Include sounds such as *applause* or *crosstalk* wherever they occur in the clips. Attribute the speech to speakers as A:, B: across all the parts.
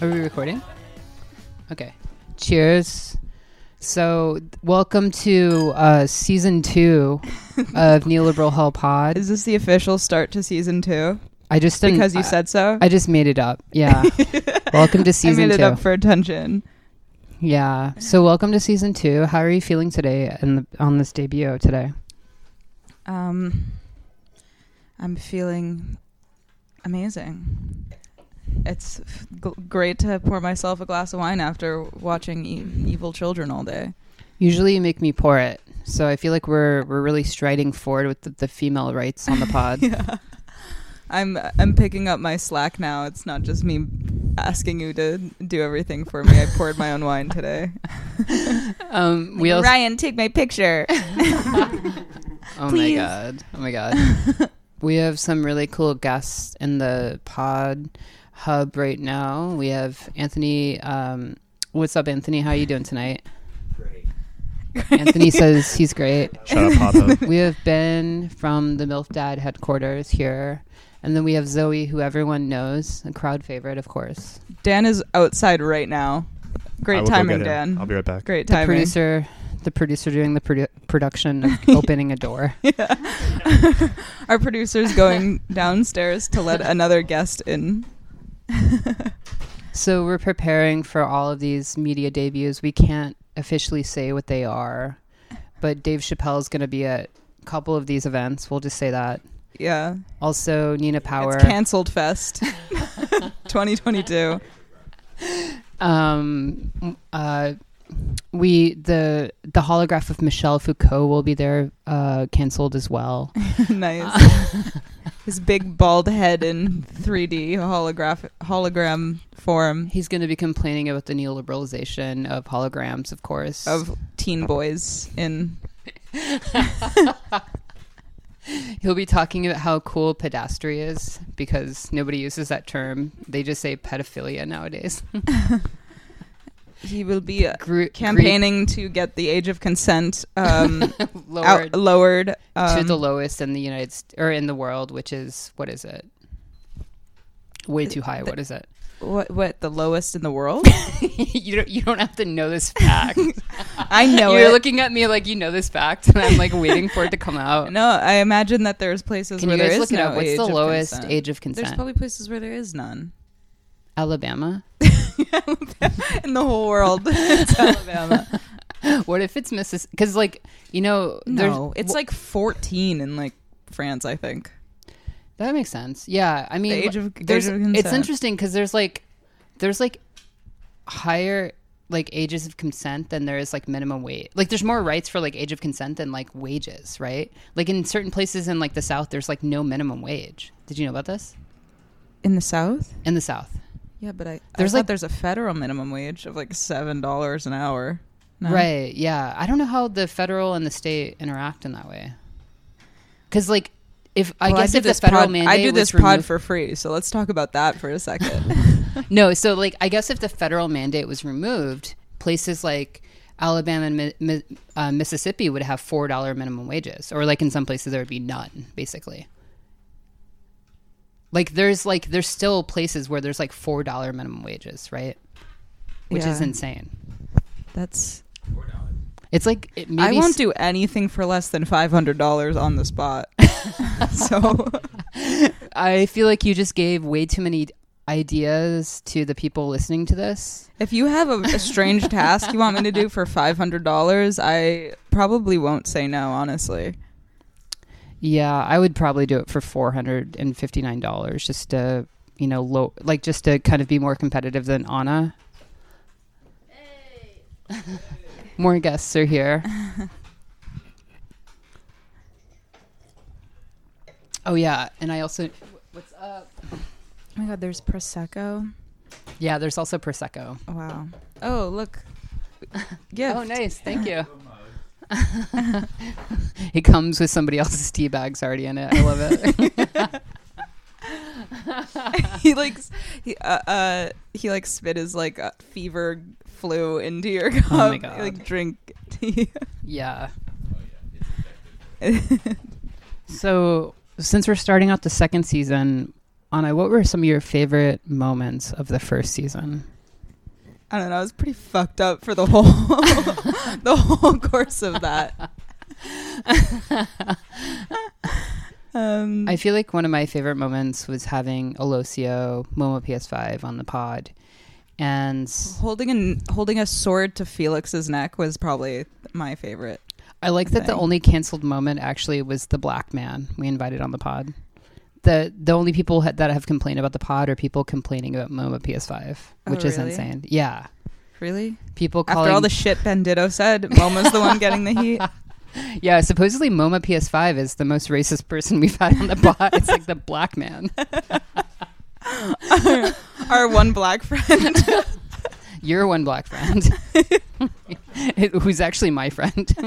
A: Are we recording? Okay. Cheers. So, th- welcome to uh, season
B: *laughs*
A: two of Neoliberal Hell Pod.
B: Is this the official start to season two?
A: I just didn't,
B: Because you
A: I-
B: said so.
A: uh, I, just made it up.
B: *laughs*
A: Yeah. welcome to
B: I
A: season
B: made it
A: two.
B: up for attention.
A: yeah. So, welcome to season two. How are you feeling today? And on this debut today,
B: Um, I'm feeling amazing. It's f- g- great to pour myself a glass of wine after watching e- evil children all day.
A: usually you make me pour it. So I feel like we're we're really striding forward with the, the female rights
B: *laughs*
A: on the pod.
B: Yeah. I'm I'm picking up my slack now. It's not just me asking you to do everything for me. I poured my
A: *laughs*
B: own wine today.
A: Um, we also,
B: Ryan, take my picture.
A: Oh my
B: Please.
A: god. Oh my god. we have some really cool guests in the pod hub right now. We have Anthony um what's up Anthony? How you doing tonight? Anthony says he's great.
C: Shut up, Papa.
A: We have Ben from the MILF Dad headquarters here. And then we have Zoe, who everyone knows, a crowd favorite, of course.
B: Dan is outside right now. *laughs*
C: I
B: Great
C: will go
B: timing,
C: get him. I'll
B: Dan.
C: be right back.
B: Great
A: The
B: timing.
A: producer, the producer doing the produ- production of opening a door.
B: Yeah. Our producer's going downstairs to let another guest in.
A: So we're preparing for all of these media debuts. We can't officially say what they are, but Dave Chappelle is going to be at a couple of these events. We'll just say that.
B: Yeah.
A: Also, Nina Power.
B: It's canceled fest *laughs* 2022.
A: um, uh, we the the holograph of Michel Foucault will be there, uh, canceled as well.
B: *laughs* nice. His big bald head in 3D holograph hologram form
A: He's going to be complaining about the neoliberalization of holograms, of course.
B: of teen boys in
A: He'll be talking about how cool pedastry is because nobody uses that term. They just say pedophilia nowadays.
B: he will be uh,
A: Gru- gre-
B: campaigning to get the age of consent um,
A: *laughs* lowered
B: out, lowered
A: to
B: um,
A: the lowest in the United St- or in the world, which is what is it? Way too high. What is it?
B: what what the lowest in the world?
A: *laughs* you don't. You don't have to know this *laughs* fact.
B: I know
A: You're
B: it.
A: looking at me like you know this fact, and I'm like waiting for it to come *laughs* out.
B: No, I imagine that there's places
A: Can
B: where
A: you
B: there
A: guys look
B: is
A: it
B: no
A: up? What's
B: age
A: the
B: of
A: lowest
B: consent.
A: age of
B: There's
A: consent?
B: probably places where there is none *laughs*
A: Alabama. *gasps*
B: in the whole world. *laughs* it's Alabama.
A: What if it's Mississippi? Because like you know, *laughs* there's-
B: No, it's like 14 in like France, I think.
A: That makes sense. Yeah, I mean,
B: age of-
A: there's,
B: age of
A: it's
B: consent.
A: interesting because there's like, there's like higher like ages of consent than there is like minimum wage. Like there's more rights for like age of consent than like wages, right? Like in certain places in like the South, there's like no minimum wage. Did you know about this?
B: In the South?
A: In the South,
B: Yeah, but I
A: There's,
B: there's like
A: like-
B: there's a federal minimum wage of like seven dollars an hour. No?
A: right? Yeah, I don't know how the federal and the state interact in that way. Because like, if I
B: Well,
A: guess
B: do
A: if the
B: this
A: federal
B: pod,
A: mandate
B: I do this
A: was
B: pod
A: removed,
B: for free, so let's talk about that for a second.
A: No, so like I guess if the federal mandate was removed, places like Alabama and Mi- Mi- uh, Mississippi would have four dollar minimum wages, or like in some places there would be none, basically. Like there's like there's still places where there's like four dollar minimum wages, right? *laughs* Which is
B: Yeah.
A: insane.
B: That's
A: It's like it maybe
B: I won't
A: s-
B: do anything for less than five hundred dollars on
A: *laughs*
B: the spot. *laughs* so
A: I feel like you just gave way too many ideas to the people listening to this.
B: If you have a, a strange task you want me to do for five hundred dollars, I probably won't say no. Honestly,
A: Yeah, I would probably do it for four hundred and fifty nine dollars just to you know low like just to kind of be more competitive than Anna. *laughs* more guests are here. oh yeah, and I also what's up?
B: oh my god, there's prosecco.
A: Yeah, there's also prosecco.
B: Wow. Oh look, yeah.
A: Oh, nice, thank you. *laughs* it comes with somebody else's tea bags already in it. I love it.
B: *laughs* he likes he uh, uh he like spit his like uh, fever flu into your cup.
A: Oh my
B: He, like
A: God.
B: drink tea. *laughs*
A: Yeah. so since we're starting out the second season, Anna, what were some of your favorite moments of the first
B: *laughs*
A: season?
B: I don't know. I was pretty fucked up for the whole *laughs* the whole course of that. um,
A: I feel like one of my favorite moments was having Olosio, Momo PS5 on the pod. And
B: holding an, holding a sword to Felix's neck was probably my favorite.
A: I like that the
B: thing.
A: only canceled moment actually was the black man we invited on the pod. The the only people ha- that have complained about the pod are people complaining about MoMA PS5,
B: Oh,
A: which is
B: really?
A: insane. Yeah,
B: Really?
A: people calling.
B: After all the shit Bandito said, Momo's the one getting the
A: *laughs*
B: heat. *laughs*
A: yeah, supposedly MoMA PS5 is the most racist person we've had on the
B: *laughs*
A: pod. it's like the black man.
B: Our one black friend.
A: Your one black
B: *laughs*
A: friend, who's actually my friend. *laughs*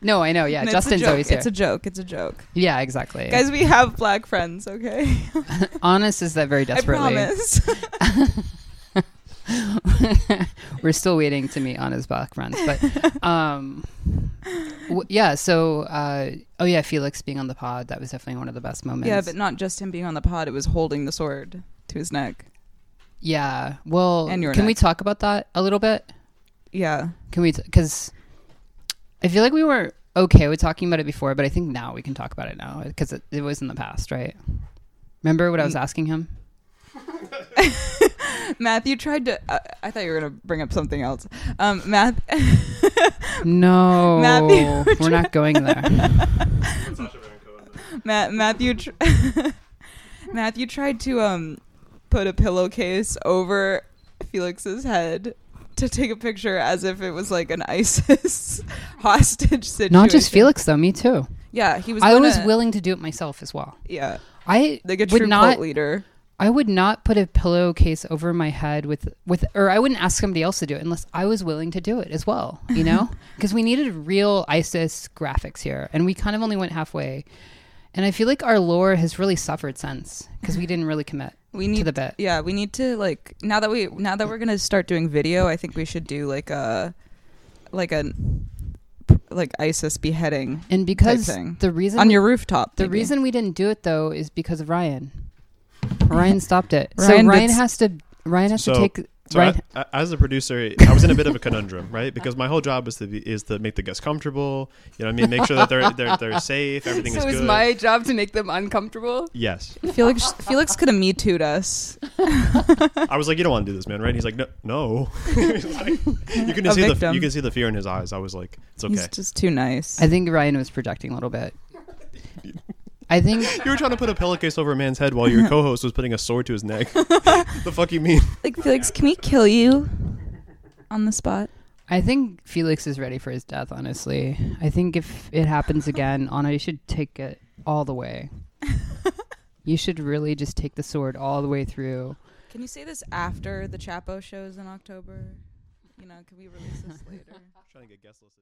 A: no, I know. Yeah,
B: And it's a
A: Justin's
B: joke.
A: always here.
B: It's a joke. It's a joke.
A: yeah, exactly.
B: Guys, we have black friends, okay?
A: Honest is that very
B: I
A: desperately. *laughs*
B: promise.
A: We're still waiting to meet on his back runs,
B: *laughs*
A: but um, w- yeah. So, uh, oh yeah, Felix being on the pod that was definitely one of the best moments.
B: yeah, but not just him being on the pod, it was holding the sword to his neck.
A: yeah. Well,
B: And your
A: can we
B: neck.
A: talk about that a little bit?
B: Yeah.
A: Can we? Because I feel like we were okay with talking about it before, but I think now we can talk about it now because it, it was in the past, right? Remember what I
B: Mm.
A: was asking him?
B: Matthew tried to. Uh, I thought you were going to bring up something else. Um, Math,
A: No,
B: Matthew- *laughs*
A: we're not going there.
B: Ma- Matthew, tr- *laughs* Matthew tried to um, put a pillowcase over Felix's head to take a picture as if it was like an *laughs* ISIS hostage situation.
A: Not just Felix though. Me too.
B: Yeah, he was.
A: I was
B: gonna-
A: willing to do it myself as well.
B: Yeah,
A: I
B: like a
A: would
B: true
A: not
B: cult leader.
A: I would not put a pillowcase over my head with with or I wouldn't ask somebody else to do it unless I was willing to do it as well, you
B: *laughs*
A: know? Because we needed real ISIS graphics here and we kind of only went halfway. And I feel like our lore has really suffered since because we didn't really commit
B: We need
A: to the bit.
B: Yeah, we need to like now that we now that we're gonna start doing video, I think we should do like a like a like ISIS beheading
A: And because
B: thing.
A: the reason
B: on
A: we-
B: your rooftop.
A: the
B: maybe.
A: reason we didn't do it though is because of Ryan. Ryan stopped it.
B: Ryan
A: so Ryan
B: did-
A: has to Ryan has to
C: So-
A: take
C: So
A: Ryan
C: I, I- as a producer, I was in a bit of a conundrum, right? Because my whole job is to be, is to make the guests comfortable. You know what I mean? Make sure that they're they're, they're safe. Everything is
A: So
C: good.
A: it's my job to make them uncomfortable.
C: yes.
B: Felix Felix could have me too'd us.
C: I was like, you don't want to do this, man, right? And he's like, no, no. *laughs* He's like- you can
B: A
C: see the
B: victim.
C: you can see the fear in his eyes. I was like, it's okay.
B: He's just too nice.
A: I think Ryan was projecting a little
C: *laughs*
A: bit. I think
C: you were trying to put a pillowcase over a man's head
B: *laughs*
C: while your co-host was putting a sword to his neck. *laughs* the fuck you mean?
B: like Felix, can we kill you on the spot?
A: I think Felix is ready for his death. Honestly, I think if it happens again, Anna, you should take it all the way. you should really just take the sword all the way through.
B: Can you say this after the Chapo shows in October? You know, can we release this later?
C: Trying to get guest listed.